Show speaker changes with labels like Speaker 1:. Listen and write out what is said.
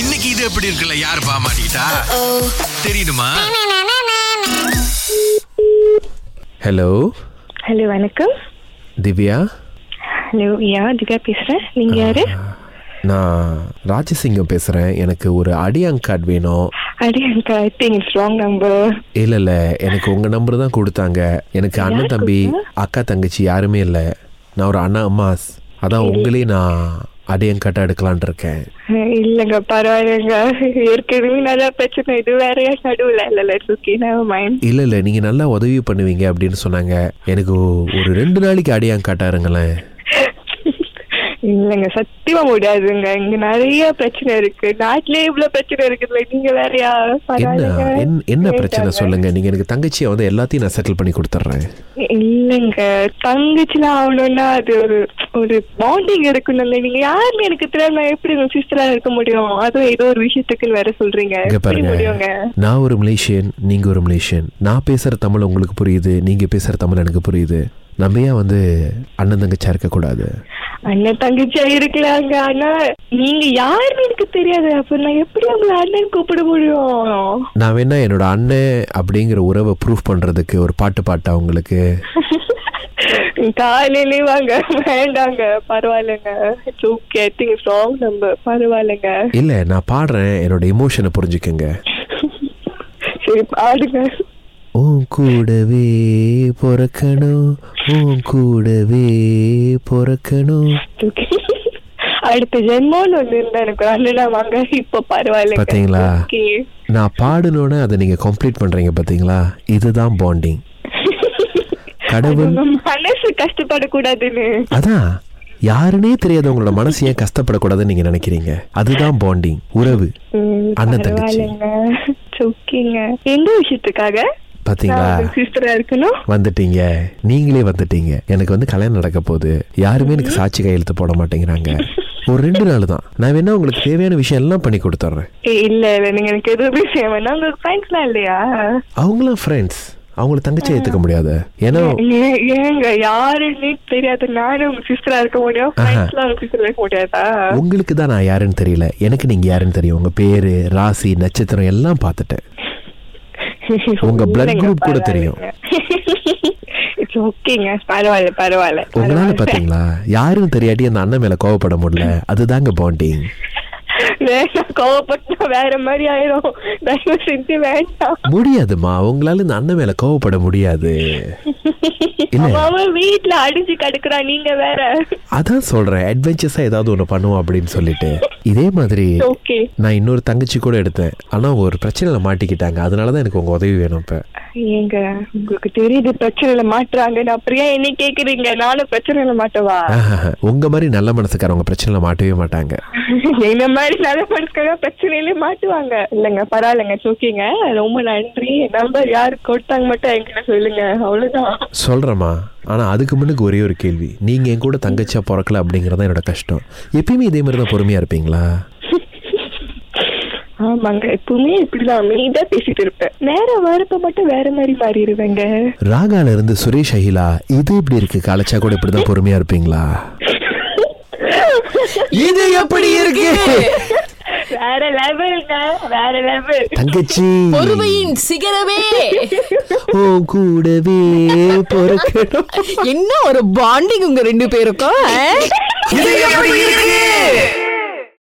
Speaker 1: இன்னைக்கு இது எப்படி இருக்குல்ல யார் பாமாட்டா தெரியுமா
Speaker 2: ஹலோ
Speaker 3: ஹலோ வணக்கம்
Speaker 2: திவ்யா
Speaker 3: ஹலோ யா திவ்யா பேசுகிறேன் நீங்கள் யாரு
Speaker 2: நான் ராஜசிங்கம் பேசுகிறேன் எனக்கு ஒரு அடியாங் கார்டு வேணும்
Speaker 3: அடி எனக்கு I think it's wrong number
Speaker 2: இல்லை இல்லை எனக்கு உங்கள் நம்பர் தான் கொடுத்தாங்க எனக்கு அண்ணன் தம்பி அக்கா தங்கச்சி யாருமே இல்லை நான் ஒரு அண்ணா அம்மாஸ் அதான் உங்களே நான் அடியாங் கார்டு எடுக்கலான் இருக்கேன்
Speaker 3: இல்லைங்க பரவாயில்லைங்க ஏற்கனவே நல்லா பிரச்சனை இது வேற நடுவில் இல்லை இல்லை ஓகே நான் மைண்ட்
Speaker 2: இல்லை இல்லை நீங்கள் நல்லா உதவி பண்ணுவீங்க அப்படின்னு சொன்னாங்க எனக்கு ஒரு ரெண்டு நாளைக்கு அடியாங் காட்டாருங்களேன்
Speaker 3: இல்லைங்க சத்தியமா முடியாதுங்க இங்க நிறைய பிரச்சனை இருக்கு நாட்டிலே இவ்வளவு பிரச்சனை இருக்குதுல நீங்க வேறயா
Speaker 2: என்ன
Speaker 3: பரவாயில்லைங்க.
Speaker 2: என்ன- என்ன பிரச்சனை
Speaker 3: வேண்டாங்க.
Speaker 2: சொல்லுங்க நீங்கள் எனக்கு தங்கச்சியை வந்து எல்லாத்தையும் நான் செட்டில் பண்ணி கொடுத்துட்றேன்
Speaker 3: இல்லைங்க தங்கச்சிலாம் ஆகணும்னா அது ஒரு ஒரு பாண்டிங் இருக்கணும்ல நீங்க யாருமே எனக்கு தெரியாது நான் எப்படி உங்க சிஸ்டரா இருக்க முடியும் அதுவும் ஏதோ ஒரு விஷயத்துக்குன்னு வேற சொல்றீங்க
Speaker 2: இங்க
Speaker 3: எப்படி
Speaker 2: பாருங்க
Speaker 3: முடியுங்க
Speaker 2: நான் ஒரு மலேசியன் நீங்க ஒரு மலேசியன் நான் பேசுற தமிழ் உங்களுக்கு புரியுது நீங்க பேசுற தமிழ் எனக்கு புரியுது நம்ம ஏன் வந்து அண்ணன் தங்கச்சா இருக்க கூடாது
Speaker 3: அண்ணன் தங்கச்சியா இருக்கலாங்க ஆனா நீங்க யாருமே எனக்கு தெரியாது அப்ப நான் எப்படி உங்களை அண்ணன் கூப்பிட முடியும்
Speaker 2: நான் வேணா என்னோட அண்ணன் அப்படிங்கிற உறவை ப்ரூஃப் பண்றதுக்கு ஒரு பாட்டு பாட்டா உங்களுக்கு
Speaker 3: காலையிலே வாங்க வேண்டாங்க பரவாயில்லைங்க it's okay think wrong number பரவாயில்லைங்க
Speaker 2: இல்ல நான் பாடுறேன் என்னோட எமோஷனை புரிஞ்சுக்கங்க
Speaker 3: சரி பாடுங்க
Speaker 2: உன் கூடவே பிறக்கணும் உன் கூடவே பிறக்கணும்
Speaker 3: Okay. அடுத்த ஜென்மோன்னு ஒண்ணு இருந்தா எனக்கு அண்ணனா வாங்க இப்ப பரவாயில்ல
Speaker 2: பாத்தீங்களா? நான் பாடுனோன்னே அதை நீங்க கம்ப்ளீட் பண்றீங்க பாத்தீங்களா இதுதான் பாண்டிங் கடவுள்
Speaker 3: மனசு கஷ்டப்படக்கூடாதுன்னு
Speaker 2: அதான் யாருனே தெரியாத உங்களோட மனசு ஏன் கஷ்டப்படக்கூடாதுன்னு நீங்க நினைக்கிறீங்க அதுதான் பாண்டிங் உறவு
Speaker 3: ம்,
Speaker 2: அண்ணன் தங்கச்சி
Speaker 3: பரவாயில்லைங்க ஓகேங்க எந்த விஷயத்துக்காக
Speaker 2: பாத்தீங்களா
Speaker 3: சிஸ்டரா இருக்கணும்
Speaker 2: வந்துட்டீங்க நீங்களே வந்துட்டீங்க எனக்கு வந்து கல்யாணம் நடக்க போகுது யாருமே எனக்கு சாட்சி கையெழுத்து போட மாட்டேங்கிறாங்க ஒரு ரெண்டு நாள் தான் நான் வேணா உங்களுக்கு தேவையான விஷயம் எல்லாம் பண்ணி கொடுத்துட்றேன்
Speaker 3: ஏய், இல்ல இல்ல நீங்க எனக்கு எதுவுமே செய்ய வேணாம் உங்க ஃப்ரெண்ட்ஸ்லாம் இல்லையா
Speaker 2: அவங்களும் ஃப்ரெண்ட்ஸ் அவங்கள தங்கச்சி ஏத்துக்க முடியாது ஏன்னா
Speaker 3: ஏ- ஏங்க யாருன்னு தெரியாது நானும் உங்க சிஸ்டரா இருக்க முடியும் ஃப்ரெண்ட்ஸ்லாம் உங்க சிஸ்டர் இருக்க முடியாதா
Speaker 2: உங்களுக்கு தான் நான் யாருன்னு தெரியல எனக்கு நீங்க யாருன்னு தெரியும் உங்க பேரு ராசி நட்சத்திரம் எல்லாம் பார்த்துட்டேன் உங்க blood
Speaker 3: இல்லைங்க,
Speaker 2: group கூட தெரியும்.
Speaker 3: பரவாயில்லைங்க. It's okayங்க, பரவாயில்ல பரவாயில்ல
Speaker 2: உங்களால
Speaker 3: பரவாயில்ல.
Speaker 2: பாத்தீங்களா யாருன்னு தெரியாட்டி அந்த அண்ணன் மேல கோவப்பட முடியல அதுதாங்க பாண்டிங்
Speaker 3: வேணாம், கோவப்பட்டா வேற மாதிரி ஆயிரும் தயவு செஞ்சு வேண்டாம்
Speaker 2: முடியாதுமா உங்களால இந்த அண்ணன் மேல கோவப்பட முடியாது இல்ல.
Speaker 3: அவன் அவன் வீட்டுல அடிச்சு கடுக்குறான் நீங்க வேற
Speaker 2: அதான் சொல்றேன் அட்வென்ச்சர்ஸா ஏதாவது ஒண்ணு பண்ணுவோம் அப்படின்னு சொல்லிட்டு இதே மாதிரி
Speaker 3: ஓகே
Speaker 2: நான் இன்னொரு தங்கச்சி கூட எடுத்தேன் ஆனா அவங்க ஒரு பிரச்சனையில மாட்டிக்கிட்டாங்க அதனாலதான் எனக்கு உங்க உதவி வேணும் இப்ப
Speaker 3: ஏங்க உங்களுக்கு தெரியுது பிரச்சனையில மாட்டுறாங்க அப்புறம் ஏன் என்ன கேக்குறீங்க நானும் பிரச்சனையில மாட்டவா
Speaker 2: ஆஹ், உங்க மாதிரி நல்ல மனசுக்காரவங்க பிரச்சனையில மாட்டவே மாட்டாங்க
Speaker 3: என்ன மாதிரி நல்ல மனுஷங்க பிரச்சனையிலே மாட்டுவாங்க இல்லைங்க பரவாயில்லைங்க சோக்கிங்க ரொம்ப நன்றி நம்பர் யாரு கொடுத்தாங்க மட்டும் என்கிட்ட சொல்லுங்க அவ்வளவுதான்
Speaker 2: சொல்றேம்மா ஆனா அதுக்கு முன்னுக்கு ஒரே ஒரு கேள்வி நீங்க என் கூட தங்கச்சியா பிறக்கல அப்படிங்கறதா என்னோட கஷ்டம் எப்பயுமே இதே மாதிரி தான் பொறுமையா இருப்பீங்களா
Speaker 3: ஆமாங்க எப்பவுமே இப்படிதான் அமைதியா பேசிட்டு இருப்பேன் நேரம் வரப்ப மட்டும் வேற மாதிரி மாறிடுவேங்க
Speaker 2: ராகால இருந்து சுரேஷ் அகிலா இது இப்படி இருக்கு காலச்சா கூட இப்படிதான் பொறுமையா இருப்பீங்களா இது எப்படி இருக்கு
Speaker 3: வேற லெவல்ங்க வேற லெவல்
Speaker 2: தங்கச்சி
Speaker 4: பொறுமையின் சிகரமே
Speaker 2: உன் கூடவே பொறுக்கணும்
Speaker 4: என்ன ஒரு பாண்டிங் உங்க ரெண்டு பேருக்கும் ஆ?
Speaker 2: இது எப்படி இருக்கு